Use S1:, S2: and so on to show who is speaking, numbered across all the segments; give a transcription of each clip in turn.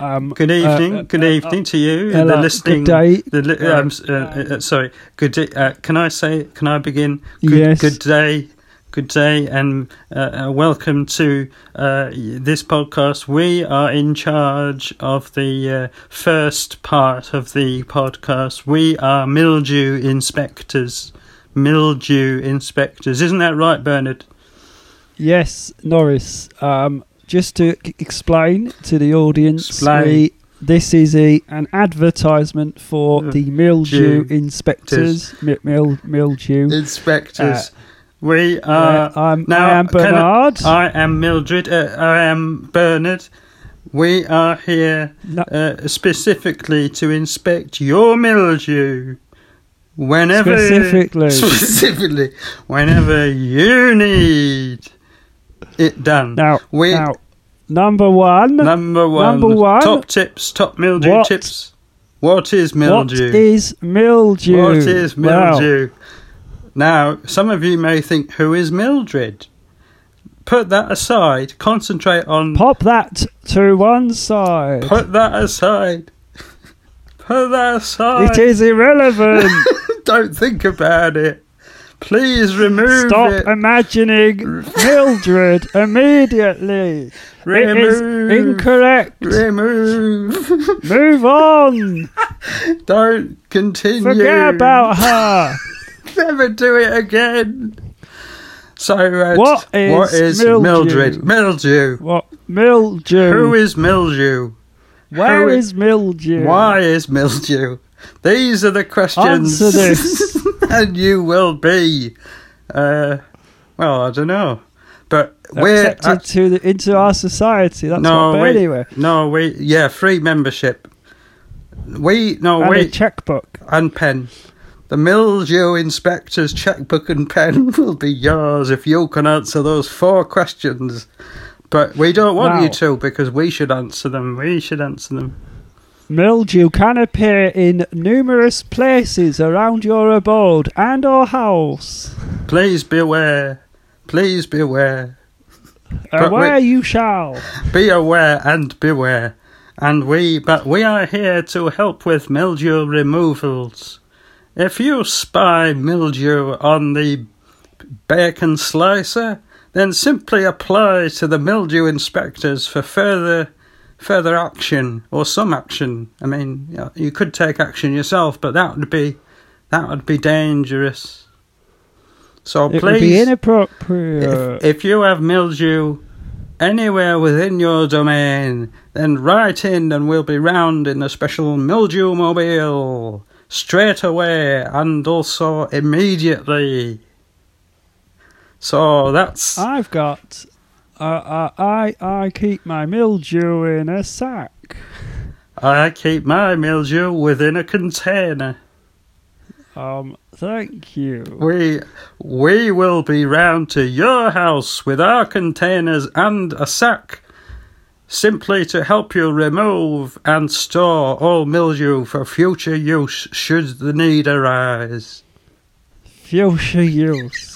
S1: Um,
S2: Good
S1: uh,
S2: evening.
S1: uh,
S2: good
S1: uh,
S2: evening to you.
S1: Ella,
S2: the
S1: good
S2: listening.
S1: day.
S2: The li- um, s- uh, uh, sorry. Good. Day, uh, can I say? Can I begin? Good,
S1: Yes.
S2: Good day. Good day, and uh, uh, welcome to uh, y- this podcast. We are in charge of the uh, first part of the podcast. We are mildew inspectors. Mildew inspectors. Isn't that right, Bernard?
S1: Yes, Norris. Um, just to c- explain to the audience,
S2: Explain.
S1: we- this is a an advertisement for
S2: Uh,
S1: the mildew
S2: Jew-
S1: inspectors. Mi- mil- mildew.
S2: Inspectors. Uh, we are.
S1: Uh, I'm,
S2: now,
S1: I am
S2: can I-
S1: Bernard.
S2: I am Mildred. Uh, I am Bernard. We are here
S1: No-
S2: uh, specifically to inspect your mildew. Whenever
S1: Specifically.
S2: specifically, whenever you need it done.
S1: now,
S2: we
S1: now, number one.
S2: number one,
S1: number one.
S2: top tips, top mildew
S1: What-
S2: tips. What is
S1: What
S2: mildew?
S1: is mildew?
S2: What is
S1: Wow.
S2: mildew? Now, some of you may think, who is Mildred? Put that aside. Concentrate on.
S1: Pop that to one side.
S2: Put that aside. Put that aside.
S1: it is irrelevant.
S2: Don't think about it. Please remove
S1: Stop
S2: it.
S1: imagining Mildred immediately. It is
S2: remove.
S1: incorrect.
S2: remove.
S1: Move on.
S2: Don't continue.
S1: Forget about her.
S2: Never do it again. So, uh,
S1: What is
S2: what is
S1: mildew?
S2: Mildred? Mildew.
S1: What mildew?
S2: Who is mildew?
S1: Where
S2: who i-
S1: is mildew?
S2: Why is mildew? These are the questions.
S1: Answer this.
S2: and you will be. Uh, well, I don't know. But we're.
S1: accepted to the, into our society? That's
S2: no,
S1: what. But
S2: we,
S1: anyway,
S2: No, we. Yeah, free membership. We. No,
S1: and a
S2: we.
S1: checkbook.
S2: and pen. The mildew inspector's checkbook and pen will be yours if you can answer those four questions. But we don't want you
S1: Wow.
S2: to because we should answer them. We should answer them.
S1: Mildew can appear in numerous places around your abode and or house.
S2: Please beware. Please beware. But
S1: Away you shall.
S2: Be aware and beware. And we, but we are here to help with mildew removals. If you spy mildew on the bacon slicer, then simply apply to the mildew inspectors for further, further action or some action. I mean, you know, you could take action yourself, but that would be, that would be dangerous. So
S1: It
S2: please,
S1: would be inappropriate.
S2: if, if you have mildew anywhere within your domain, then write in and we'll be round in a special mildew mobile straight away and also immediately. So that's
S1: I've got. Uh, uh, I I keep my mildew in a sack.
S2: I keep my mildew within a container.
S1: Um, thank you.
S2: We we will be round to your house with our containers and a sack, simply to help you remove and store all mildew for future use should the need arise.
S1: Future use.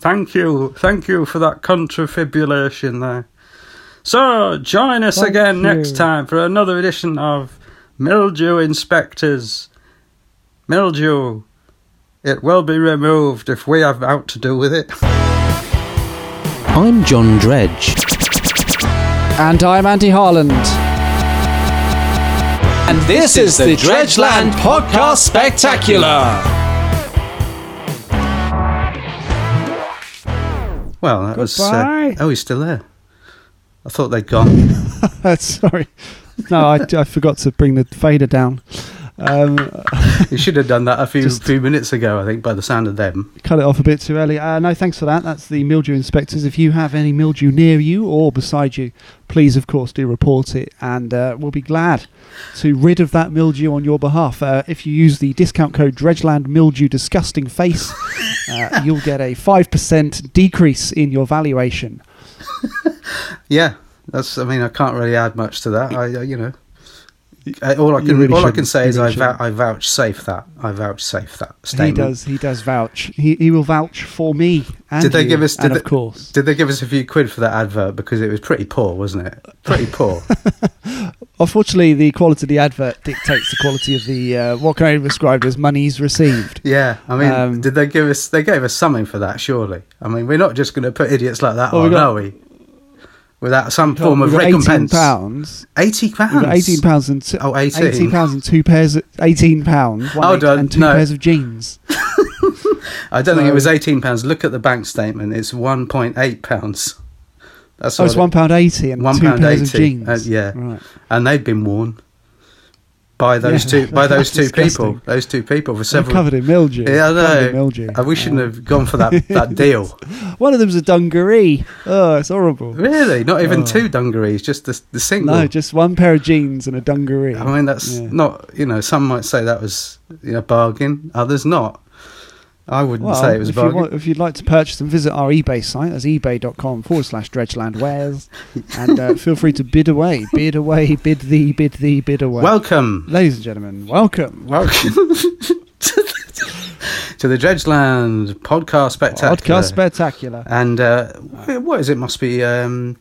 S2: Thank you, thank you for that contrifibulation there. So join us
S1: Thank
S2: again
S1: you.
S2: next time for another edition of Mildew Inspectors. Mildew. It will be removed if we have out to do with it.
S3: I'm John Dredge.
S4: And I'm Andy Harland.
S3: And this is the Dredgeland Podcast Spectacular.
S2: Well, that was. Uh,
S1: Goodbye.
S2: oh, he's still there. I thought they'd gone.
S4: Sorry. No, I, I forgot to bring the fader down. Um,
S2: he should have done that a few
S4: Just-
S2: few minutes ago, I think, by the sound of them.
S4: cut it off a bit too early. Uh, no, thanks for that. That's the mildew inspectors. If you have any mildew near you or beside you, please, of course, do report it, and uh, we'll be glad to rid of that mildew on your behalf. Uh, if you use the discount code Dredgeland Mildew Disgusting Face, uh, you'll get a five percent decrease in your valuation.
S2: Yeah, that's. I mean, I can't really add much to that. I, I- you uh, know, I, all I
S1: You
S2: can
S1: really
S2: all I
S1: shouldn't.
S2: can say
S1: You
S2: is
S1: really
S2: I, vou-
S1: shouldn't.
S2: I vouchsafe that I vouchsafe that statement.
S1: He does. He does vouch. He he will vouch for me. And
S2: Did they
S1: you,
S2: give us- did
S1: and
S2: they-
S1: of course.
S2: Did they give us a few quid for that advert because it was pretty poor, wasn't it? Pretty poor.
S1: Unfortunately, the quality of the advert dictates the quality of the uh, what can I be described as monies received.
S2: yeah, I mean,
S1: Um,
S2: did they give us? They gave us something for that, surely. I mean, we're not just going to put idiots like that
S1: Well, we
S2: on,
S1: got-
S2: are we? Without some
S1: Well,
S2: form
S1: we've
S2: of
S1: got
S2: recompense.
S1: Eighteen pounds.
S2: Eighty
S1: We've got
S2: pounds.
S1: Eighteen pounds and two,
S2: Oh, 18.
S1: eighteen pounds and two pairs. Of, eighteen pounds. one
S2: Hold
S1: eight-
S2: on,
S1: and two
S2: no.
S1: pairs of jeans.
S2: I don't think it
S1: So-
S2: was eighteen pounds. Look at the bank statement. It's one point eight pounds. That's
S1: Oh,
S2: what
S1: it's
S2: it-
S1: one pound eighty and
S2: One
S1: two
S2: pound
S1: pairs of
S2: 80,
S1: jeans.
S2: uh, yeah.
S1: Right.
S2: and they've been worn by those
S1: Yeah,
S2: two by those two
S1: disgusting.
S2: people. Those two people for
S1: They're
S2: several.
S1: covered in mildew.
S2: Yeah, I
S1: Covered in
S2: know.
S1: mildew.
S2: Uh, we shouldn't have gone for that, that deal.
S1: have. One of them's a dungaree. Oh, it's horrible.
S2: Really? Not even
S1: Oh.
S2: two dungarees, just the, the single.
S1: No, just one pair of jeans and a dungaree.
S2: I mean, that's
S1: Yeah.
S2: not, you know, some might say that was you know, a bargain, others not. I wouldn't
S1: Well,
S2: say it was a
S1: if, you
S2: bargain.
S1: want, if you'd like to purchase them, visit our eBay site. That's ebay.com forward slash dredgelandwares. and uh, feel free to bid away. Bid away, bid thee, bid thee, bid away.
S2: Welcome.
S1: Ladies and gentlemen, welcome.
S2: Welcome to the Dredgeland podcast spectacular.
S1: Podcast Spectacular.
S2: and uh, wh- what is it? Must be um,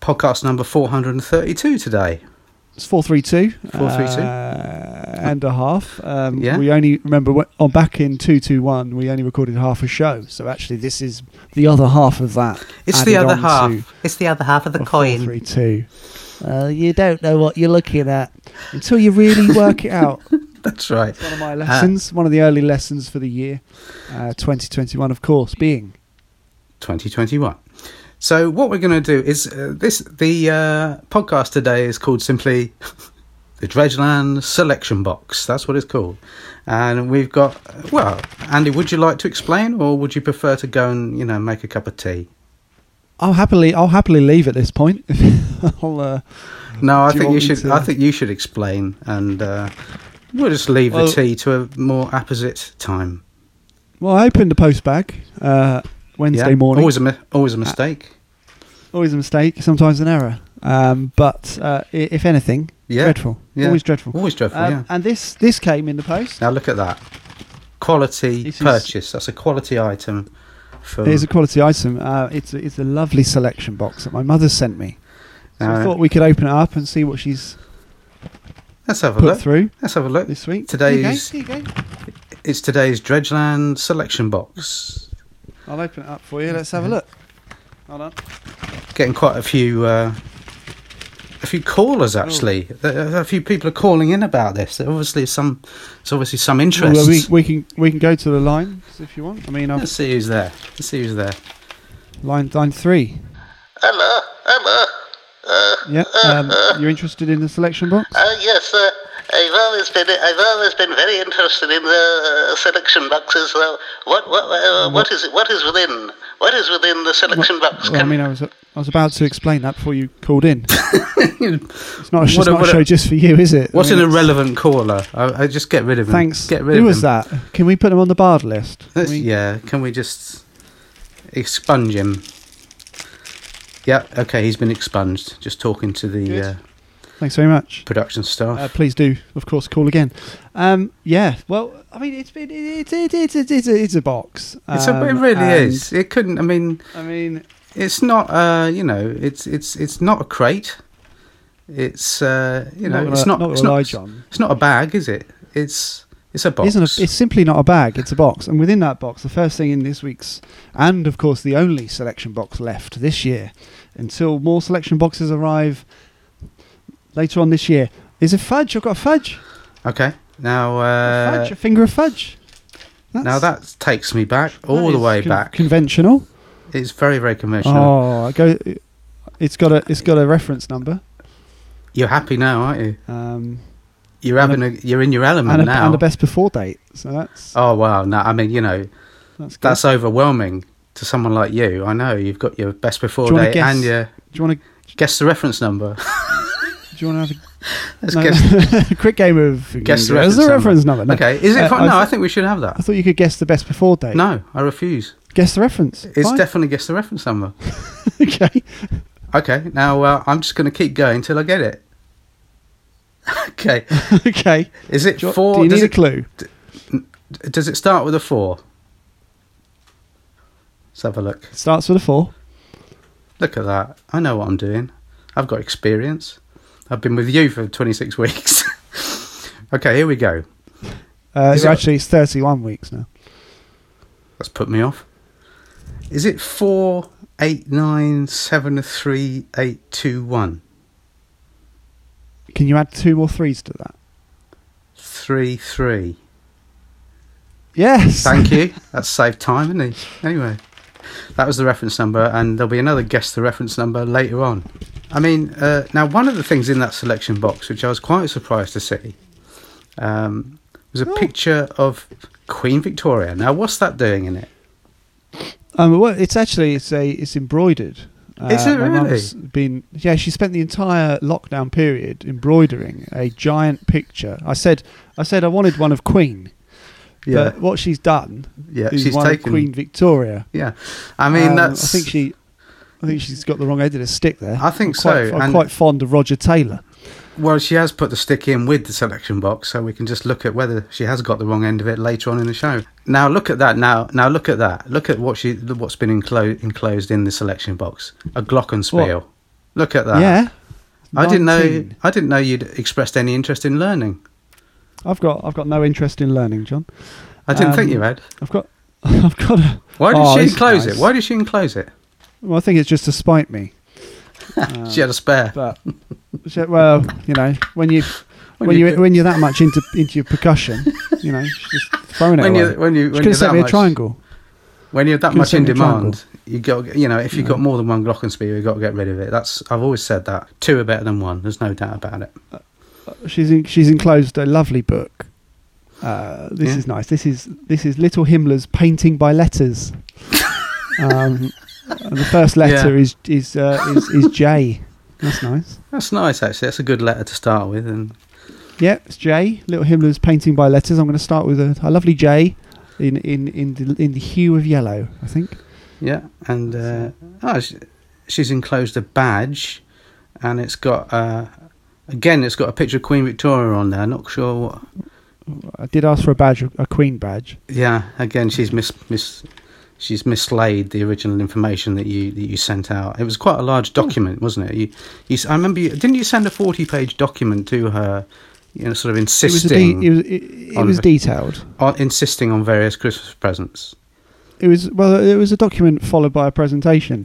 S2: podcast number 432 today.
S1: It's 432.
S2: 432.
S1: Uh, and a half. Um,
S2: Yeah.
S1: We only, remember, wh- on back in 221, we only recorded half a show. So actually, this is the other half of that.
S2: It's the
S1: added
S2: other
S1: on to
S2: half.
S5: It's the other half of the
S1: a
S5: coin.
S1: 432. Uh, you don't know what you're looking at until you really work it out.
S2: That's right.
S1: One of my lessons,
S2: Uh.
S1: one of the early lessons for the year, uh, 2021, of course, being
S2: 2021. So what we're going to do is uh, this the uh, podcast today is called simply the Dredgeland Selection Box. That's what it's called. And we've got well, Andy, would you like to explain or would you prefer to go and, you know, make a cup of tea?
S1: I'll happily, I'll happily leave at this point. I'll, uh,
S2: No, I
S1: Do you
S2: think
S1: want
S2: you
S1: me
S2: should
S1: to-
S2: I think you should explain and uh, we'll just leave
S1: Well-
S2: the tea to a more apposite time.
S1: well, I opened the post bag uh, Wednesday morning. Uh,
S2: Always a mi- always a mistake.
S1: Always a mistake, sometimes an error. Um, but uh, i- if anything,
S2: Yeah.
S1: dreadful.
S2: Yeah.
S1: Always dreadful.
S2: Always dreadful,
S1: Um,
S2: yeah.
S1: And this this came in the post.
S2: Now look at that. Quality
S1: This is-
S2: purchase. That's a quality item from
S1: It is a quality item. Uh, it's a, it's a lovely selection box that my mother sent me. So I
S2: Uh,
S1: thought we could open it up and see what she's
S2: Let's have a
S1: put
S2: look.
S1: through
S2: Let's have a look.
S1: this week.
S2: Today's-
S1: There you go, there you go.
S2: It's today's Dredgeland selection box.
S1: I'll open it up for you. Let's have
S2: Mm-hmm.
S1: a look. Hold on.
S2: Getting quite a few, uh, a few callers
S1: Oh.
S2: actually. A, a few people are calling in about this. There obviously, is some, it's obviously some interest.
S1: Well, we, we can we can go to the lines if you want. I mean, I've
S2: Let's see who's there. Let's see who's there.
S1: line line three.
S6: Emma, Emma. Uh,
S1: Yeah, um, you're interested in the selection box?
S6: uh, yes, uh, I've always been I've always been very interested in the uh, selection boxes. Well, what what uh, what is it? What is within? What is within the selection box?
S1: Well, I
S6: Can-
S1: mean, I was I was about to explain that before you called in. It's not, it's
S2: What a-
S1: not
S2: what
S1: a
S2: a-
S1: show just for you, is it? I
S2: What's
S1: mean,
S2: an irrelevant caller? I, I just get rid of him.
S1: Thanks.
S2: Get rid
S1: Who
S2: of
S1: was
S2: him.
S1: that? Can we put them on the barred list? Can
S2: Let's-
S1: we-
S2: yeah. Can we just expunge him? Yeah. Okay. He's been expunged. Just talking to the
S1: Good.
S2: uh,
S1: Thanks very much.
S2: production staff.
S1: Uh, please do, of course, call again. Um, yeah. Well, I mean, it's been it's it's it's it's, it's, a, it's a box.
S2: it's a, it
S1: Um,
S2: really
S1: and,
S2: is. It couldn't. I mean,
S1: I mean,
S2: it's not uh you know it's it's it's not a crate it's uh you know
S1: not
S2: it's
S1: gonna-
S2: not
S1: not
S2: it's
S1: gonna lie,
S2: not,
S1: John.
S2: it's not a bag is it it's it's a
S1: It
S2: box
S1: isn't a, it's simply not a bag, it's a box. And within that box, the first thing in this week's, and of course, the only selection box left this year until more selection boxes arrive later on this year, is a fudge. I've got a fudge.
S2: okay now
S1: A
S2: uh
S1: fudge, a finger of fudge. That's,
S2: now that takes me back all
S1: that
S2: the
S1: is
S2: way
S1: con-
S2: back
S1: Conventional.
S2: it's very very conventional
S1: Oh, I go. It's got a it's got a reference number.
S2: you're happy now aren't you
S1: Um,
S2: you're
S1: And
S2: having a, you're in your element
S1: and, a,
S2: now
S1: and a best before date. So that's
S2: oh wow no i mean you know
S1: that's good.
S2: that's overwhelming to someone like you i know you've got your best before
S1: Do you wanna
S2: date
S1: guess?
S2: and your
S1: do you want to
S2: guess the reference number
S1: do you want to have
S2: let's
S1: a
S2: guess
S1: no, quick game of
S2: Guess the
S1: There's a
S2: reference number.
S1: reference number? No.
S2: okay is it
S1: Uh,
S2: fun?
S1: I
S2: no
S1: th-
S2: i think we should have that
S1: I thought you could guess the best before date.
S2: no i refuse
S1: Guess the reference.
S2: It's
S1: Fine.
S2: definitely guess the reference number.
S1: okay.
S2: Okay, now uh, I'm just going to keep going till I get it. Okay.
S1: okay.
S2: Is it
S1: Do you-
S2: four?
S1: do you need
S2: does
S1: a
S2: it,
S1: clue?
S2: Does it start with a four? Let's have a look.
S1: Starts with a four.
S2: Look at that. I know what I'm doing. I've got experience. I've been with you for 26 weeks. okay, here we go.
S1: Uh,
S2: Is
S1: so
S2: it-
S1: actually, it's 31 weeks now.
S2: That's put me off. Is it four eight nine seven three eight two one
S1: Can you add two more threes to that?
S2: three three?
S1: Yes.
S2: Thank you. That's saved time, isn't it? Anyway, that was the reference number, and there'll be another guess the reference number later on. I mean, uh, now one of the things in that selection box, which I was quite surprised to see, um, was
S1: Oh.
S2: a picture of Queen Victoria. Now, what's that doing in it?
S1: Um, well, it's actually it's a it's embroidered. Uh,
S2: Is it
S1: my
S2: really?
S1: mum's Been yeah, she spent the entire lockdown period embroidering a giant picture. I said I said I wanted one of Queen.
S2: Yeah,
S1: But what she's done
S2: yeah,
S1: is
S2: she's
S1: one of
S2: taken.
S1: Queen Victoria.
S2: Yeah, I mean
S1: Um,
S2: that's.
S1: I think she. I think she's got the wrong end of the stick there.
S2: I think
S1: I'm quite,
S2: so,
S1: I'm
S2: and-
S1: quite fond of Roger Taylor.
S2: Well, she has put the stick in with the selection box, so we can just look at whether she has got the wrong end of it later on in the show. Now look at that. Now, now look at that. Look at what she, what's been enclosed, enclosed in the selection box. A Glockenspiel. Look at that.
S1: yeah.
S2: Ah. I didn't know.
S1: 19.
S2: I didn't know you'd expressed any interest in learning.
S1: I've got I've got no interest in learning, John.
S2: I didn't
S1: Um,
S2: think you had.
S1: I've got I've got a
S2: Why did
S1: Oh,
S2: she
S1: this is
S2: enclose
S1: nice.
S2: it? Why did she enclose it?
S1: Well, I think it's just to spite me.
S2: she had a spare.
S1: Uh, but so, well, you know, when you
S2: When
S1: when,
S2: you
S1: you,
S2: do-
S1: when you're that much into into your percussion, you know, just throwing it
S2: When
S1: away.
S2: you- when you-
S1: She
S2: when
S1: could
S2: you're
S1: have sent
S2: that
S1: me
S2: much-
S1: a triangle.
S2: When you're that
S1: Can
S2: much
S1: you
S2: in
S1: send me a
S2: demand, you got you know if you've got more than one Glockenspiel, you've got to get rid of it. That's I've always said that. Two are better than one. There's no doubt about it.
S1: She's in, she's enclosed a lovely book. Uh, this
S2: Yeah.
S1: is nice. This is this is Little Himmler's painting by letters. um, and the first letter
S2: Yeah.
S1: is is, uh, is is J. That's nice.
S2: That's nice, actually. That's a good letter to start with, and
S1: Yeah, it's J. Little Himmler's painting by letters. I'm going to start with a, a lovely J, in in in the, in the hue of yellow. I think.
S2: yeah, and uh, oh, sh- she's enclosed a badge, and it's got uh, again, it's got a picture of Queen Victoria on there. Not sure what.
S1: I did ask for a badge, a queen badge.
S2: Yeah, again, she's mis mis she's mislaid the original information that you that you sent out. It was quite a large document, wasn't it? You, you s- I remember you didn't you send a forty page document to her, you know, sort of
S1: It was, a
S2: insisting
S1: de- it, was, it, it
S2: on
S1: was
S2: the-
S1: detailed.
S2: on, insisting on various Christmas presents.
S1: It was well, it was a document followed by a presentation.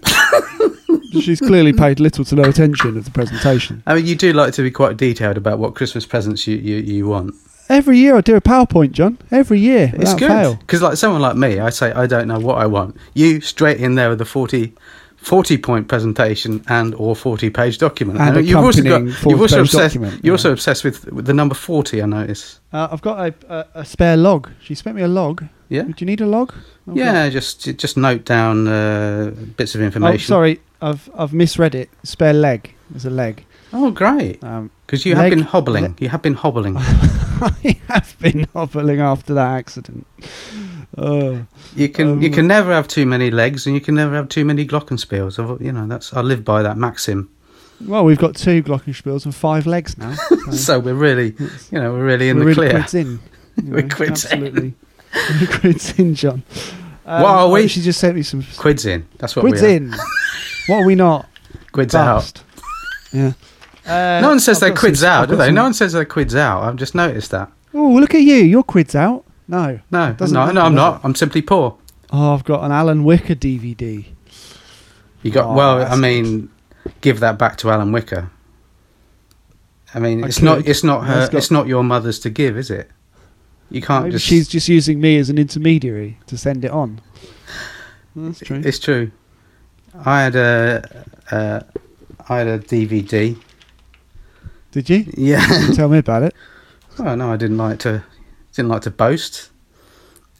S1: She's clearly paid little to no attention of the presentation.
S2: I mean, you do like to be quite detailed about what Christmas presents you, you, you want.
S1: Every year I do a PowerPoint, John. Every year,
S2: It's
S1: without
S2: good
S1: fail.
S2: because, like someone like me, I say I don't know what I want. You straight in there with a 40, 40 point presentation and or forty page document.
S1: And
S2: I know you've also
S1: accompanying
S2: got you've also
S1: 40-page
S2: obsessed.
S1: document,
S2: you're
S1: yeah.
S2: also obsessed with, with the number forty. I notice.
S1: Uh, I've got a, a, a spare log. She spent me a log.
S2: Yeah,
S1: Do you need a log? I've got-
S2: yeah. Just ju- just note down uh, bits of
S1: Oh,
S2: information.
S1: sorry, I've I've misread it. Spare leg. There's a leg.
S2: Oh, great.
S1: Um,
S2: Because you have
S1: Leg-
S2: been hobbling. you have been hobbling.
S1: I have been hobbling after that accident. Oh.
S2: You can
S1: Um,
S2: you can never have too many legs, and you can never have too many glockenspiels. I've- You know that's I live by that maxim.
S1: Well, we've got two Glockenspiels and five legs now.
S2: So we're really, you know, we're really in
S1: we're
S2: the
S1: really
S2: clear.
S1: quids in. you
S2: We're quids in.
S1: absolutely. We're quids in, John. Um,
S2: What are we?
S1: She just sent me some
S2: Quids in. That's what
S1: quids
S2: we are.
S1: in. What are we not?
S2: Quids out.
S1: Bust. Yeah. Uh,
S2: No one says
S1: I've
S2: they're
S1: got
S2: quids
S1: some-
S2: out,
S1: I've
S2: do
S1: got
S2: they?
S1: some-
S2: No one says they're quids out. I've just noticed that.
S1: Oh, look at you! You're quids out. No.
S2: No,
S1: Doesn't
S2: no,
S1: happen,
S2: no, I'm
S1: does
S2: not. I'm simply poor.
S1: Oh, I've got an Alan Wicker DVD.
S2: You got
S1: Oh,
S2: well. I
S1: that's
S2: mean, give that back to Alan Wicker. I mean,
S1: I
S2: it's not.
S1: could.
S2: It's not her.
S1: That's got-
S2: It's not your mother's to give, is it? You can't
S1: Maybe
S2: just.
S1: she's just using me as an intermediary to send it on. That's true.
S2: It's true. I had a. Uh, I had a DVD.
S1: Did you?
S2: Yeah.
S1: Tell me about it.
S2: oh no, I didn't like to. Didn't like to boast.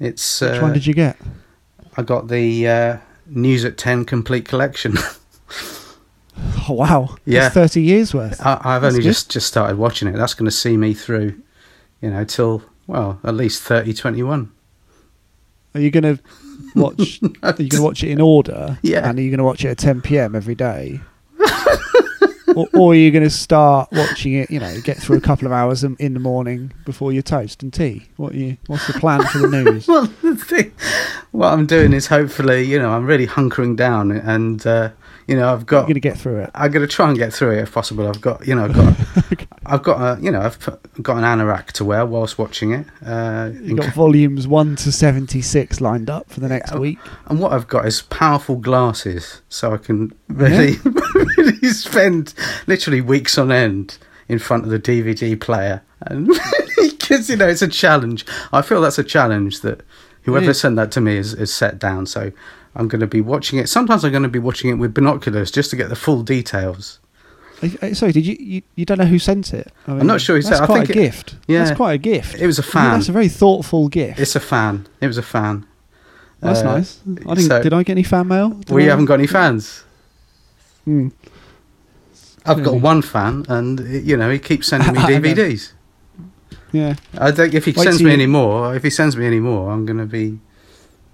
S2: It's. Uh,
S1: Which one did you get?
S2: I got the uh, News at Ten complete collection.
S1: Oh wow!
S2: Yeah.
S1: That's thirty years worth.
S2: I, I've
S1: That's
S2: only
S1: good.
S2: just, just started watching it. That's going to see me through, you know, till, well, at least 30, 21.
S1: Are you going to watch? Are you going to watch it in order?
S2: Yeah.
S1: And are you going to watch it at ten p.m. every day? or, or you're going to start watching it. You know, get through a couple of hours in, in the morning before your toast and tea. What you? What's the plan for the news?
S2: Well, the thing, what I'm doing is hopefully, you know, I'm really hunkering down, and uh, you know, I've
S1: You're
S2: got,
S1: going to get through it.
S2: I'm going to try and get through it if possible. I've got, you know, I've got, I've got a, you know, I've put, got an anorak to wear whilst watching it. Uh,
S1: You've got volumes one to seventy six lined up for the next week.
S2: And what I've got is powerful glasses, so I can really, really spend literally weeks on end in front of the DVD player. And because you know it's a challenge, I feel that's a challenge that whoever
S1: Yeah.
S2: sent that to me is, is set down. So I'm going to be watching it. Sometimes I'm going to be watching it with binoculars just to get the full details.
S1: I- I- Sorry, did you, you? You don't know who sent it? I mean,
S2: not sure who
S1: that's
S2: sent- I
S1: quite
S2: think
S1: a
S2: it-
S1: gift.
S2: yeah.
S1: that's quite a gift.
S2: It was a
S1: Yeah,
S2: fan.
S1: that's a very thoughtful gift.
S2: It's a fan. It was a fan.
S1: that's
S2: uh,
S1: nice. I didn't,
S2: so-
S1: did I get any fan mail? Did
S2: We
S1: I-
S2: haven't got any fans.
S1: Hmm.
S2: I've got
S1: Really?
S2: one fan, and you know he keeps sending me
S1: Hmm. I know.
S2: DVDs.
S1: Yeah.
S2: I think if he
S1: Wait
S2: sends
S1: till
S2: me
S1: you-
S2: any more, if he sends me any more, I'm going to be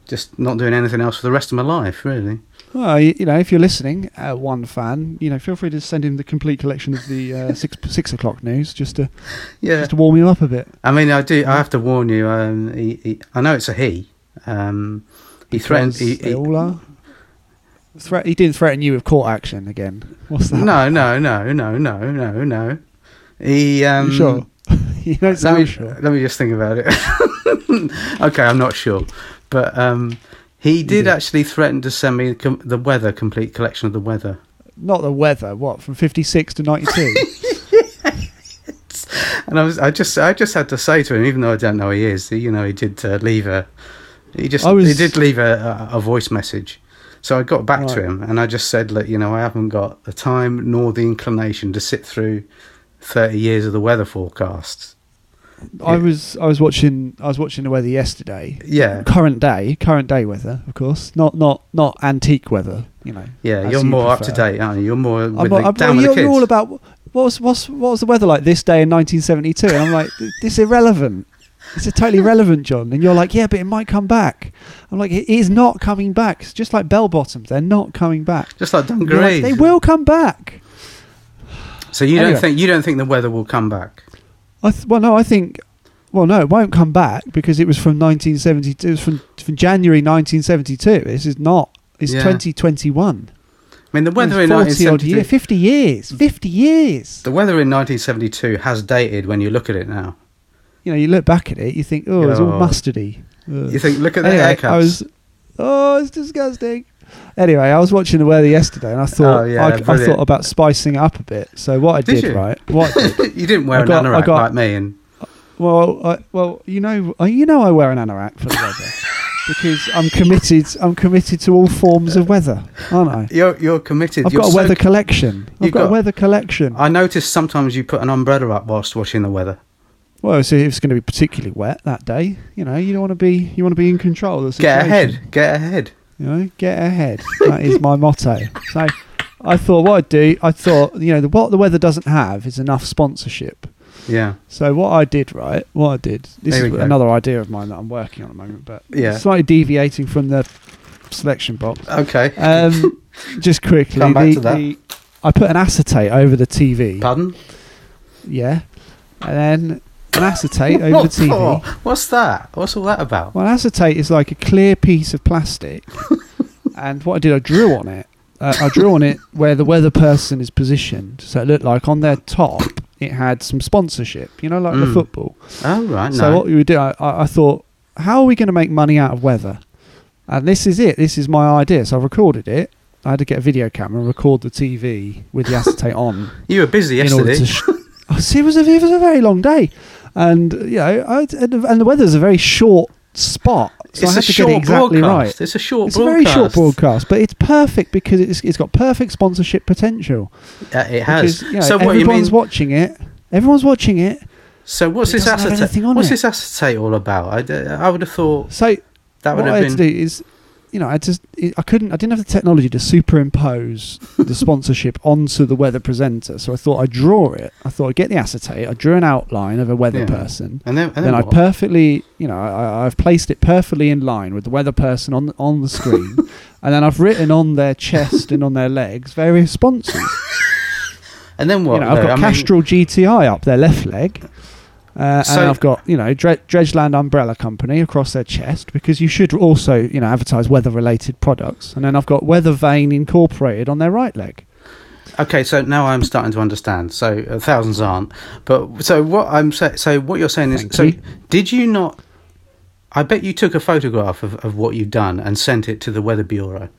S2: just not doing anything else for the rest of my life, really.
S1: Well, y- you know, if you're listening, uh, one fan, you know, feel free to send him the complete collection of the uh, six six o'clock news just to
S2: Yeah.
S1: just to warm him up a bit.
S2: I mean, I do. I have to warn you. Um, he, he, I know it's a he. Um, he threatened.
S1: because
S2: He,
S1: they
S2: he-
S1: all are. Threat, he didn't threaten you with court action again. What's that?
S2: no, no, no, no, no, no, no. He. Um,
S1: You sure. you don't
S2: Let
S1: sound
S2: me,
S1: sure.
S2: let me just think about it. okay, I'm not sure, but um, he did
S1: did.
S2: actually threaten to send me the com- the weather complete collection of the weather.
S1: Not the weather. What from fifty six to ninety two?
S2: And I was, I just, I just had to say to him, even though I don't know he is, you know, he did uh, leave a, he just,
S1: I was-
S2: he did leave a, a, a voice message. So I got back to
S1: Right.
S2: him and I just said, look, you know, I haven't got the time nor the inclination to sit through thirty years of the weather forecasts.
S1: I was I was watching I was watching the weather yesterday.
S2: Yeah,
S1: Current day, current day weather, of course. Not not not antique weather. You know.
S2: yeah,
S1: as
S2: you're
S1: you
S2: more up to
S1: prefer.
S2: date, aren't you? You're more with
S1: I'm,
S2: the,
S1: like- I'm, well,
S2: down with
S1: uh, you're,
S2: the kids.
S1: you're all about what was what's what was the weather like this day in 1972, and I'm like, "Th- this is irrelevant. It's a totally relevant, John. And you're like, yeah, but it might come back. I'm like, it is not coming back. It's just like bell bottoms; they're not coming back.
S2: just like
S1: And you're like,
S2: dungarees.
S1: they will come back.
S2: So you don't
S1: Anyway.
S2: think you don't think the weather will come back?
S1: I th- well, no, I think. Well, no, it won't come back because it was from 1972. It was from, from January 1972. This is not. It's
S2: Yeah.
S1: 2021.
S2: I mean, the weather
S1: It's
S2: in
S1: 40 odd
S2: 1972,
S1: year, 50 years, 50 years.
S2: the weather in 1972 has dated when you look at it now.
S1: you know, you look back at it, you think, oh, it's all
S2: Oh.
S1: mustardy. Ugh.
S2: You think, look at the
S1: Anyway,
S2: haircuts.
S1: I was, oh, it's disgusting. Anyway, I was watching the weather yesterday, and I thought,
S2: Oh, yeah,
S1: I, I
S2: brilliant.
S1: thought about spicing it up a bit. So what I
S2: Did
S1: did,
S2: you?
S1: right? What? I did-
S2: you didn't wear
S1: I got-
S2: an
S1: I
S2: anorak
S1: got-
S2: like me, and
S1: well, I, well, you know, uh, you know, I wear an anorak for the weather because I'm committed. I'm committed to all forms of weather, aren't I?
S2: you're you're committed.
S1: I've
S2: You're
S1: got a
S2: so-
S1: weather collection. I've
S2: You've
S1: got,
S2: got-
S1: a weather collection.
S2: I noticed sometimes you put an umbrella up whilst watching the weather.
S1: well, so if it's going to be particularly wet that day, you know, you don't want to be. You want to be in control. Of the
S2: Get
S1: situation.
S2: ahead, get ahead.
S1: You know, get ahead. That is my motto. So I thought what I'd do, I thought, you know, the, what the weather doesn't have is enough sponsorship.
S2: Yeah,
S1: So what I did, right? What I did. This
S2: There
S1: is
S2: we go.
S1: another idea of mine that I'm working on at the moment, but
S2: Yeah.
S1: slightly deviating from the selection box.
S2: okay.
S1: Um, just quickly,
S2: Come back
S1: the-
S2: to that.
S1: the- I put an acetate over the TV.
S2: Pardon?
S1: yeah, and then an acetate over the
S2: What
S1: TV.
S2: for? What's that? What's all that about?
S1: Well, acetate is like a clear piece of plastic, and what I did, I drew on it. Uh, I drew on it where the weather person is positioned, so it looked like on their top it had some sponsorship, you know, like the
S2: Mm.
S1: football.
S2: Oh right,
S1: So
S2: no.
S1: what we would do, I, I I thought, how are we going to make money out of weather? And this is it. This is my idea. So I recorded it. I had to get a video camera and record the TV with the acetate on
S2: you were busy yesterday.
S1: in order to. Sh- oh, see, it was a, it was a very long day, and you know, I, and the- and the weather's a very short spot, so I
S2: it's a
S1: had to get it
S2: short
S1: exactly
S2: broadcast.
S1: right.
S2: It's a short
S1: It's a very
S2: broadcast.
S1: short broadcast, but it's perfect because it's, it's got perfect sponsorship potential.
S2: Uh, it has.
S1: Because, you know,
S2: so what you
S1: everyone's
S2: mean?
S1: watching it. Everyone's watching it.
S2: so what's
S1: it
S2: this
S1: doesn't have
S2: acetate?
S1: anything on
S2: What's
S1: it.
S2: this acetate all about? I, d- I would have thought
S1: So
S2: that would
S1: what I
S2: have
S1: had
S2: been.
S1: to do is, you know, I just I couldn't I didn't have the technology to superimpose the sponsorship onto the weather presenter. So I thought I'd draw it. I thought I'd get the acetate. I drew an outline of a weather
S2: Yeah.
S1: person.
S2: And then, and then,
S1: then I
S2: what?
S1: perfectly, you know, I, I've placed it perfectly in line with the weather person on on the screen, and then I've written on their chest and on their legs various sponsors.
S2: And then what?
S1: you know, I've
S2: though?
S1: got
S2: I mean,
S1: Castrol GTI up their left leg. Uh, and
S2: So-
S1: I've got, you know, Dre- Dredgeland Umbrella Company across their chest because you should also, you know, advertise weather related products. And then I've got Weather Vane Incorporated on their right leg.
S2: Okay, so now I'm starting to understand. So uh, thousands aren't, but so what I'm sa- so what you're saying is
S1: Thank
S2: so
S1: you.
S2: did you not? I bet you took a photograph of, of what you've done and sent it to the weather bureau,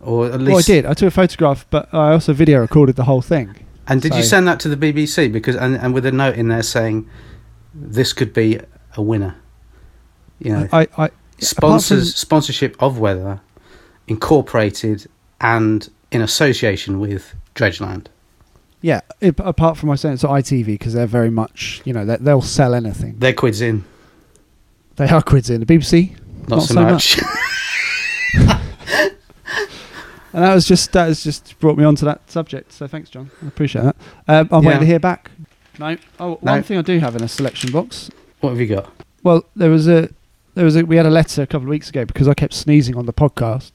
S2: or at least
S1: Well, I did. I took a photograph, but I also video recorded the whole thing.
S2: And did you
S1: So-
S2: send that to the BBC because and, and with a note in there saying this could be a winner, you know,
S1: I, I,
S2: sponsors sponsorship of weather incorporated and in association with Dredgeland.
S1: yeah, it, apart from my saying it's ITV because they're very much, you know, they- they'll sell anything.
S2: Their quids in,
S1: They are quids in the BBC.
S2: not, so, much.
S1: And that was just that has just brought me on to that subject. So thanks, John. I appreciate that. Um, I'm
S2: Yeah.
S1: waiting to hear back. No. Oh,
S2: No.
S1: one thing I do have in a selection box.
S2: what have you got?
S1: Well, there was a there was a, we had a letter a couple of weeks ago because I kept sneezing on the podcast.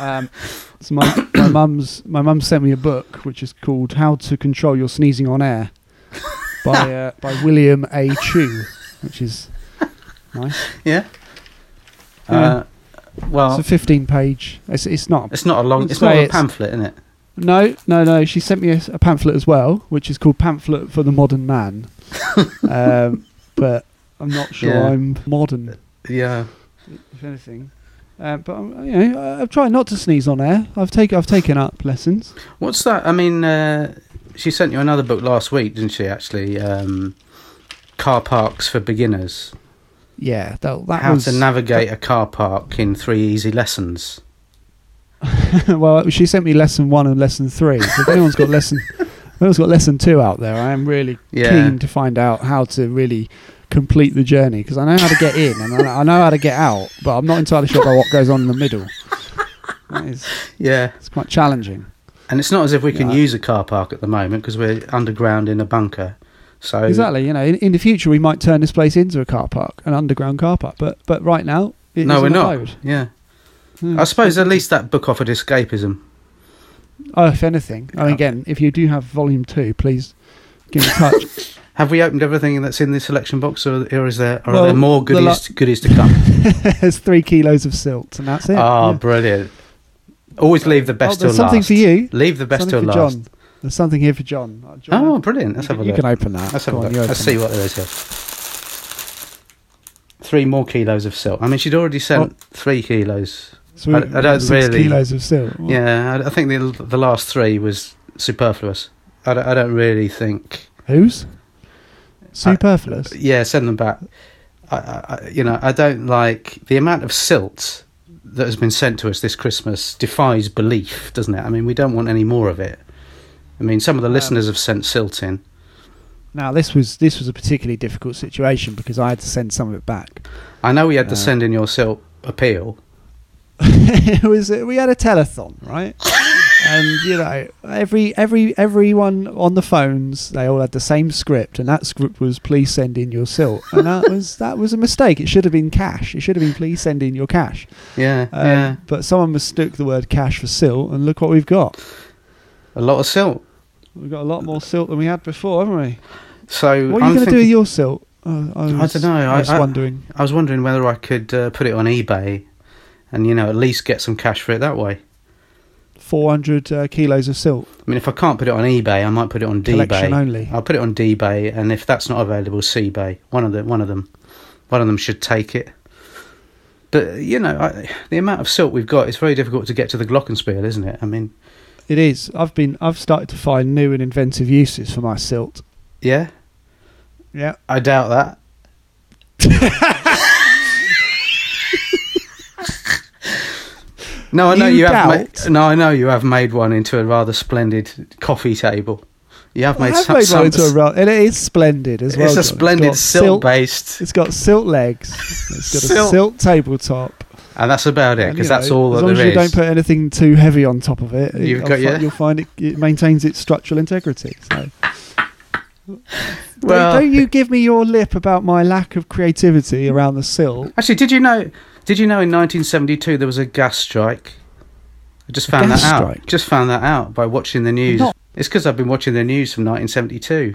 S1: um, so my my mum's my mum sent me a book which is called How to Control Your Sneezing on Air by uh, by William A. Chu, which is nice.
S2: Yeah.
S1: Yeah.
S2: Uh, well,
S1: It's a
S2: it's,
S1: 15 page. It's it's not a
S2: not a long.
S1: It's
S2: It's not
S1: why
S2: a
S1: it's-
S2: pamphlet, is it?
S1: No, no, no. She sent me a, a pamphlet as well, which is called "Pamphlet for the Modern Man." um, but I'm not sure
S2: Yeah.
S1: I'm modern,
S2: Yeah.
S1: if anything. Uh, but I'm, you know, I- I've tried not to sneeze on air. I've taken I've taken up lessons.
S2: What's that? I mean, uh, she sent you another book last week, didn't she? Actually, um, car parks for beginners.
S1: Yeah, that, that
S2: How
S1: was
S2: to navigate a car park in three easy lessons.
S1: well. She sent me lesson one and lesson three. So if anyone's got lesson, if anyone's got lesson two out there, I am really
S2: Yeah.
S1: keen to find out how to really complete the journey because I know how to get in and I I know how to get out, but I'm not entirely sure about what goes on in the middle. That is,
S2: Yeah,
S1: it's quite challenging.
S2: and it's not as if we can
S1: Yeah.
S2: use a car park at the moment because we're underground in a bunker. So
S1: Exactly. You know, in, in the future we might turn this place into a car park, an underground car park. But but right now, it
S2: no,
S1: is
S2: we're
S1: an
S2: not.
S1: abode.
S2: Yeah,
S1: Hmm.
S2: I suppose at least that book offered escapism.
S1: Oh, if anything, and again, if you do have volume two, please get in touch.
S2: Have we opened everything that's in the selection box, or, or is there or
S1: Well,
S2: are there more
S1: the la-
S2: goodies goodies to come?
S1: There's three kilos of silt, and that's it.
S2: Ah,
S1: Yeah.
S2: brilliant! Always leave the
S1: Oh,
S2: best till
S1: there's something
S2: last.
S1: for you.
S2: Leave the best
S1: something
S2: till
S1: for
S2: last.
S1: John. There's something here for John. Uh, John,
S2: Oh, brilliant! Let's
S1: you,
S2: have a
S1: you
S2: look.
S1: can open that.
S2: Let's have
S1: Go on,
S2: a look.
S1: you
S2: Let's
S1: open
S2: see
S1: it.
S2: what there is here. Three more kilos of silk. I mean, she'd already sent three kilos.
S1: So
S2: I-
S1: we-
S2: I don't
S1: six
S2: really-
S1: kilos of silt.
S2: Yeah, I, I think the the last three was superfluous. I don't, I don't really think.
S1: Who's
S2: Uh,
S1: superfluous?
S2: Yeah, send them back. I, I, I- you know, I don't like the amount of silt that has been sent to us this Christmas defies belief, doesn't it? I mean, we don't want any more of it. I mean, some of the listeners have sent silt in.
S1: Now this was this was a particularly difficult situation because I had to send some of it back.
S2: I know we had to
S1: Uh,
S2: send in your silt appeal.
S1: it was uh, we had a telethon, right? and you know, every every everyone on the phones, they all had the same script, and that script was please send in your silt, and that was that was a mistake. It should have been cash. It should have been please send in your cash.
S2: Yeah,
S1: Um,
S2: yeah,
S1: But someone mistook the word cash for silt, and look what we've got.
S2: a lot of silt.
S1: We've got a lot more silt than we had before, haven't we?
S2: So
S1: What are
S2: I'm
S1: you going to do
S2: thinking-
S1: with your silt? Uh, I,
S2: I
S1: was,
S2: dunno,
S1: I,
S2: I-
S1: was
S2: I-
S1: wondering.
S2: I was wondering whether I could uh, put it on eBay, and you know, at least get some cash for it that way.
S1: 400 uh, kilos of silt,
S2: I mean, if I can't put it on eBay, I might put it on
S1: collection
S2: DBay.
S1: only.
S2: I'll put it on DBay, and if that's not available, CBay. One of the one of them, one of them should take it. But you know, I, the amount of silt we've got, it's very difficult to get to the Glockenspiel, isn't it? I mean,
S1: It is. I've been. I've started to find new and inventive uses for my silt.
S2: yeah,
S1: Yeah.
S2: I doubt that. no, I know
S1: You
S2: you, have.
S1: doubt?
S2: Ma- no, I know you have made one into a rather splendid coffee table. You have made
S1: I have
S2: some.
S1: made
S2: some-
S1: one into a roll, and it is splendid as well.
S2: it's
S1: John.
S2: a splendid
S1: got
S2: silk-based,
S1: It's got silt legs. It's got
S2: Silt.
S1: a silt tabletop.
S2: and that's about it
S1: and,
S2: because
S1: you
S2: that's
S1: know,
S2: all
S1: As
S2: that
S1: long
S2: there
S1: as
S2: is.
S1: you don't put anything too heavy on top of it,
S2: You've
S1: I'll
S2: got-
S1: fi-
S2: yeah.
S1: you'll find it, it maintains its structural integrity. So.
S2: Well-
S1: don't, don't you give me your lip about my lack of creativity around the silt?
S2: Actually, did you know? Did you know in 1972 there was a gas strike, I just found
S7: gas
S2: that out.
S7: strike.
S2: Just found that out by watching the news.
S1: Not-
S2: It's because I've been watching the news from 1972.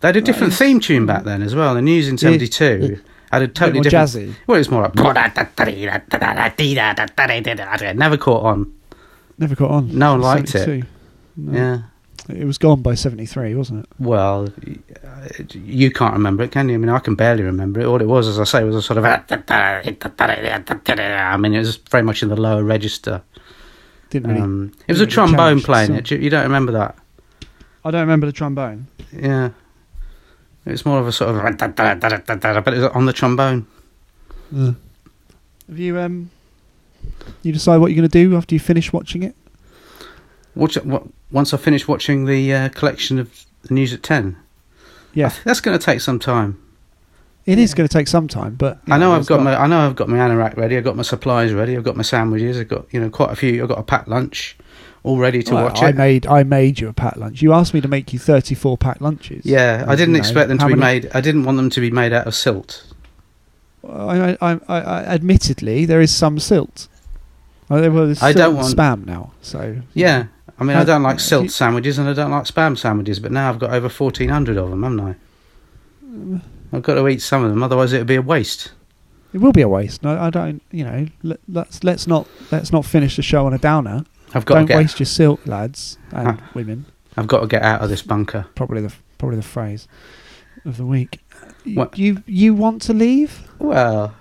S2: They had a different theme tune back then as well. The news in '72 had a totally
S1: more
S2: different.
S1: jazzy.
S2: Well, it's more like never caught on.
S1: Never caught on.
S2: No one liked
S1: 72.
S2: it.
S1: No.
S2: Yeah.
S1: It was gone by 73, wasn't it?
S2: Well, y- uh, you can't remember it, can you? I mean, I can barely remember it. All it was, as I say, was a sort of. I mean, it was very much in the lower register.
S1: Didn't really.
S2: Um, it was a
S1: Really
S2: trombone
S1: challenged
S2: playing
S1: some.
S2: it. You you don't remember that?
S1: I don't remember the trombone.
S2: Yeah. It's more of a sort of. But it was on the trombone.
S1: Have you um? You decide what you're going to do after you finish watching it.
S2: Watch, wa- once I finish watching the uh, collection of the news at 10,
S1: Yeah,
S2: that's going to take some time.
S1: it is going to take some time, but you
S2: I know I've
S1: it's
S2: got my I know I've got my anorak ready. I've got my supplies ready. I've got my sandwiches. I've got you know quite a few. I've got a packed lunch, all ready to
S1: Well,
S2: watch
S1: I
S2: it.
S1: made I made you a packed lunch. You asked me to make you 34 packed lunches.
S2: Yeah,
S1: And,
S2: I didn't
S1: you know,
S2: expect them to
S1: how
S2: be
S1: many-
S2: made. I didn't want them to be made out of silt.
S1: I, I, I, I, admittedly, there is some silt. Uh, there was
S2: I
S1: silt
S2: don't
S1: and
S2: want-
S1: spam now. So
S2: Yeah, I mean I
S1: Uh,
S2: don't like
S1: if
S2: silt
S1: you-
S2: sandwiches and I don't like spam sandwiches, but now I've got over fourteen hundred of them, haven't I? I've got to eat some of them, otherwise it'd be a waste.
S1: it will be a waste. No, I don't. You know, let, let's let's not let's not finish the show on a downer.
S2: I've got
S1: don't
S2: to get.
S1: waste your silt, lads and women.
S2: I've got to get out of this bunker.
S1: Probably the probably the phrase of the week. You-
S2: What?
S1: You you want to leave?
S2: Well,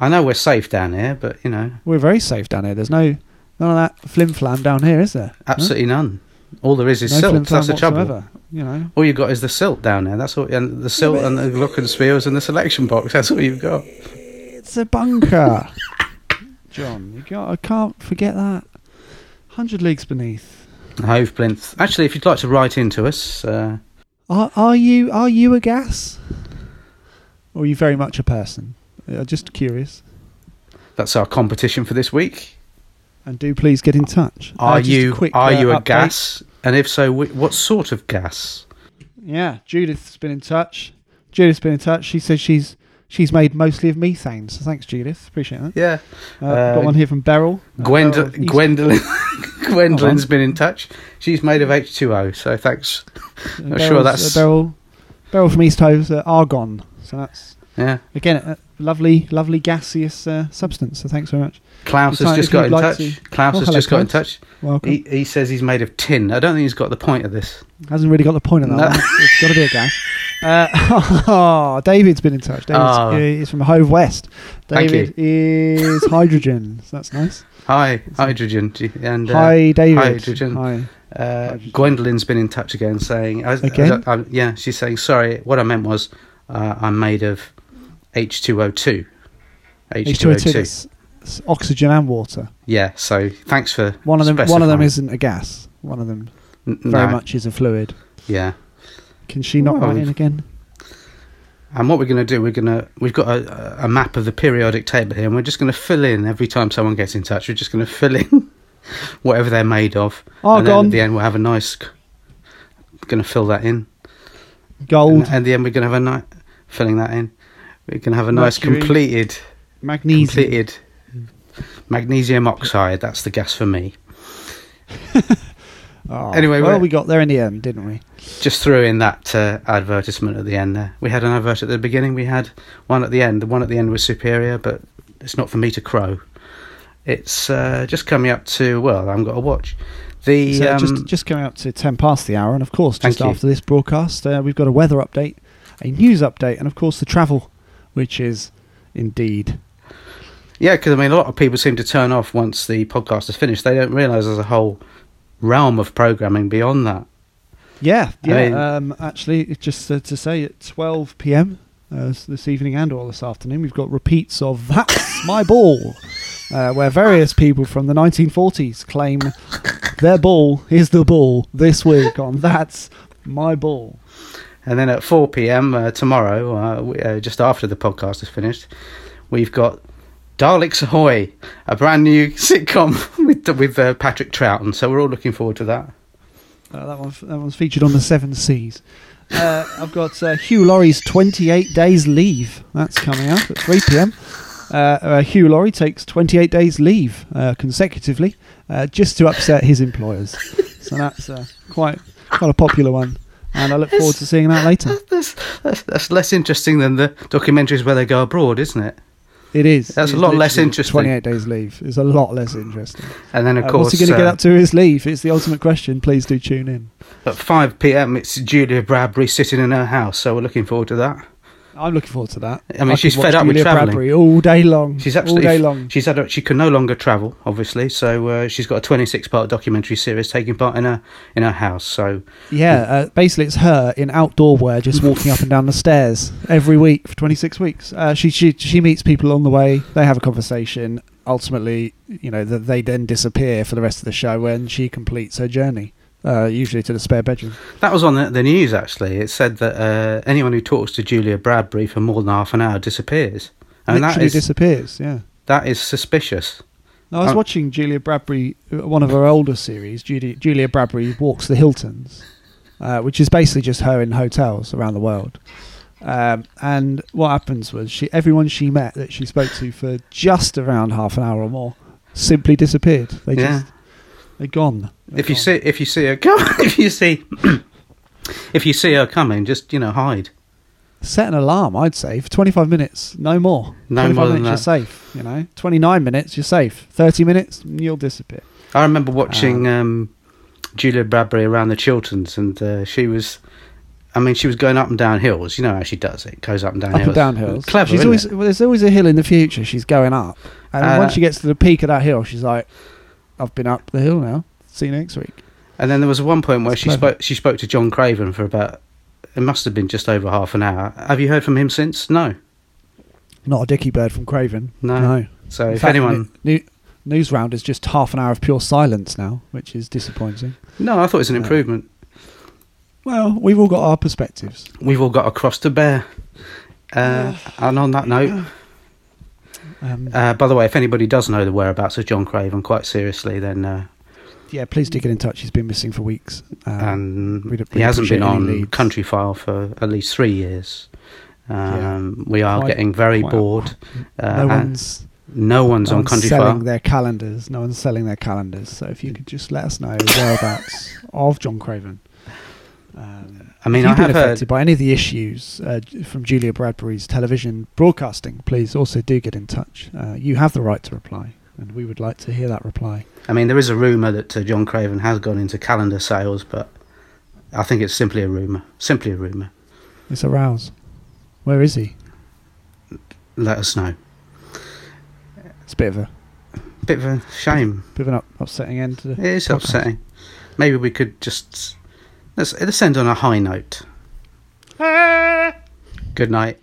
S2: I know we're safe down here, but you know,
S1: We're very safe down here. There's no none of that flim flam down here, is there? Huh?
S2: absolutely none. All there is is
S1: no
S2: silt.
S1: flim flam
S2: That's the trouble.
S1: whatsoever. You know,
S2: All you've got is the silt down there. That's all, and the silt and the look and spheres and the selection box. That's all you've got.
S1: it's a bunker, John. You got. I can't forget that. Hundred leagues beneath.
S2: Hove plinth. Actually, if you'd like to write into us, uh,
S1: Are are you are you a gas? Or are you very much a person? Uh, just curious.
S2: that's our competition for this week.
S1: And do please get in touch. Uh,
S2: Are
S1: just
S2: you
S1: quick,
S2: are
S1: uh,
S2: you a
S1: update.
S2: gas? And if so, wh- what sort of gas?
S1: Yeah, Judith's been in touch. Judith's been in touch. She says she's she's made mostly of methane. So thanks, Judith. Appreciate that.
S2: Yeah,
S1: Uh,
S2: Uh,
S1: got one here from Beryl. Uh,
S2: Gwendol-
S1: Beryl, East-
S2: Gwendolyn. Gwendolyn's
S1: on.
S2: been in touch. She's made of H two O. So thanks.
S1: Uh,
S2: sure
S1: Beryl's-
S2: that's-
S1: uh, Beryl. Beryl from East Hove, uh, argon. So that's
S2: Yeah,
S1: again a lovely, lovely gaseous uh, substance. So thanks very much.
S2: Klaus
S1: If
S2: has
S1: I-
S2: just
S1: if you'd
S2: got in
S1: like
S2: touch.
S1: to-
S2: Klaus
S1: Oh,
S2: has
S1: hello,
S2: just got in
S1: Klaus.
S2: touch.
S1: Welcome.
S2: He, he says he's made of tin. I don't think he's got the point of this.
S1: Hasn't really got the point of that.
S2: No.
S1: one. It's got to be a gas. Uh, David's been in touch. David
S2: Ah.
S1: is from Hove West.
S2: Thank
S1: David is hydrogen. So that's nice.
S2: Hi, hydrogen. G- And uh,
S1: Hi, David.
S2: hydrogen.
S1: Hi.
S2: Uh, Gwendolyn's been in touch again, saying, I, I-
S1: Again?
S2: I- I- "Yeah, she's saying sorry. What I meant was, uh, I'm made of H two O two, H two O
S1: H2O2.
S2: two.
S1: That's that's oxygen and water.
S2: Yeah. So thanks for
S1: One of them. One of them
S2: specifying.
S1: isn't a gas. One of them
S2: N-
S1: very
S2: no,
S1: much is a fluid.
S2: Yeah.
S1: Can she not
S2: Well,
S1: write in
S2: we've-
S1: again?
S2: And what we're going to do, we're going to we've got a, a map of the periodic table here, and we're just going to fill in every time someone gets in touch. We're just going to fill in whatever they're made of, and then
S1: Argon.
S2: at the end we'll have a nice. Going to fill that in.
S1: Gold,
S2: And at the end, we're going to have a nice filling that in. We're going to have a nice
S1: Mercury.
S2: completed,
S1: magnesium.
S2: completed magnesium oxide. That's the gas for me.
S1: Oh,
S2: Anyway,
S1: well,
S2: we're-
S1: we got there in the end, didn't we?
S2: Just threw in that uh, advertisement at the end. There, we had an advert at the beginning. We had one at the end. The one at the end was superior, but it's not for me to crow. It's uh, just coming up to well, I haven't got a watch. The
S1: So
S2: um,
S1: just just coming up to ten past the hour, and of course, just
S2: Thank you.
S1: after this broadcast, uh, we've got a weather update, a news update, and of course the travel, which is indeed
S2: Yeah, because I mean, a lot of people seem to turn off once the podcast is finished. They don't realise there's a whole realm of programming beyond that.
S1: Yeah,
S2: I
S1: yeah.
S2: mean-
S1: um, actually, it just uh, to say at 12 p.m. Uh, s- this evening and all this afternoon, we've got repeats of "That's My Ball," uh, where various people from the 1940s claim their ball is the ball this week on "That's My Ball."
S2: And then at 4 p.m. Uh, tomorrow, uh, we, uh, just after the podcast is finished, we've got Daleks Ahoy, a brand new sitcom with with uh, Patrick Troughton. So we're all looking forward to that.
S1: Uh, that one, f- that one's featured on the Seven Seas. Uh, I've got uh, Hugh Laurie's 28 Days Leave. That's coming up at 3 p.m. Uh, uh, Hugh Laurie takes 28 days leave uh, consecutively uh, just to upset his employers. so that's uh, quite quite a popular one, and I look forward to seeing that later.
S2: That's, that's, that's less interesting than the documentaries where they go abroad, isn't it?
S1: It is.
S2: That's a
S1: It's
S2: lot less
S1: literally
S2: interesting.
S1: 28 days leave is a lot less interesting.
S2: And then, of
S1: Uh,
S2: course,
S1: what's he going to get
S2: uh,
S1: up to his leave? It's the ultimate question. Please do tune in.
S2: At 5 pm, it's Julia Bradbury sitting in her house, so we're looking forward to that.
S1: I'm looking forward to that.
S2: I mean,
S1: could
S2: she's
S1: watch
S2: fed up with
S1: Julia
S2: travelling.
S1: Bradbury all day long.
S2: She's absolutely.
S1: all day long.
S2: She's had. a- She can no longer travel, obviously. So uh, she's got a 26 part documentary series taking part in her in her house. So
S1: Yeah, uh, basically it's her in outdoor wear, just walking up and down the stairs every week for 26 weeks. Uh, she she she meets people on the way. They have a conversation. Ultimately, you know, that they then disappear for the rest of the show when she completes her journey, uh, usually to the spare bedroom.
S2: that was on the, the news. Actually, it said that uh, anyone who talks to Julia Bradbury for more than half an hour disappears, and that
S1: Literally
S2: is
S1: disappears. Yeah.
S2: that is suspicious.
S1: No, I was
S2: Oh.
S1: watching Julia Bradbury, uh, one of her older series, Judy, Julia Bradbury Walks the Hiltons, uh, which is basically just her in hotels around the world. Um, and what happens was she, everyone she met that she spoke to for just around half an hour or more simply disappeared. They
S2: Yeah.
S1: just they're gone. They're
S2: if you
S1: gone.
S2: see if you see her come, if you see if you see her coming, just you know hide.
S1: set an alarm, I'd say for twenty five minutes, no more.
S2: No
S1: 25
S2: more than
S1: minutes,
S2: that.
S1: You're safe. You know, twenty nine minutes, you're safe. Thirty minutes, you'll disappear.
S2: I remember watching
S1: Ah.
S2: um, Julia Bradbury around the Chilterns, and uh, she was. I mean, she was going up and down hills. You know how she does it. Goes up and down
S1: up
S2: hills.
S1: and down hills.
S2: Clever,
S1: She's
S2: isn't
S1: always
S2: it?
S1: well, there's always a hill in the future. She's going up, and
S2: Uh,
S1: once she gets to the peak of that hill, she's like, "I've been up the hill now. See you next week."
S2: And then there was one point where
S1: It's
S2: she
S1: clever.
S2: spoke. She spoke to John Craven for about. It must have been just over half an hour. Have you heard from him since? No.
S1: Not a dicky bird from Craven.
S2: No. So
S1: In
S2: if
S1: fact,
S2: anyone,
S1: new, new- news round is just half an hour of pure silence now, which is disappointing.
S2: no, I thought it was an improvement.
S1: Well, we've all got our perspectives.
S2: We've all got a cross to bear. Uh, and on that note,
S1: Um,
S2: uh, by the way, if anybody does know the whereabouts of John Craven, quite seriously, then uh,
S1: yeah, please do get in touch. He's been missing for weeks. Um,
S2: and
S1: we'd-
S2: he
S1: we'd
S2: hasn't been
S1: appreciate any
S2: on
S1: leads.
S2: Country File for at least three years. Um, We are
S1: Quite-
S2: getting very
S1: quite-
S2: bored. Uh,
S1: no
S2: and
S1: one's,
S2: no one's
S1: no
S2: on
S1: one's
S2: Country
S1: selling
S2: File.
S1: their calendars. No one's selling their calendars. So if you could just let us know whereabouts of John Craven. Um,
S2: I mean,
S1: if
S2: I
S1: you've
S2: have
S1: been
S2: heard.
S1: affected by any of the issues uh, j- from Julia Bradbury's television broadcasting, please also do get in touch. Uh, you have the right to reply, and we would like to hear that reply.
S2: I mean, there is a rumor that uh, John Craven has gone into calendar sales, but I think it's simply a rumor. Simply a rumor.
S1: It's a rouse. Where is he?
S2: Let us know.
S1: It's a bit of a
S2: Bit of a shame.
S1: bit of an up- upsetting end to
S2: It
S1: the.
S2: is
S1: podcast.
S2: upsetting. Maybe we could just let's let's end on a high note. Good night.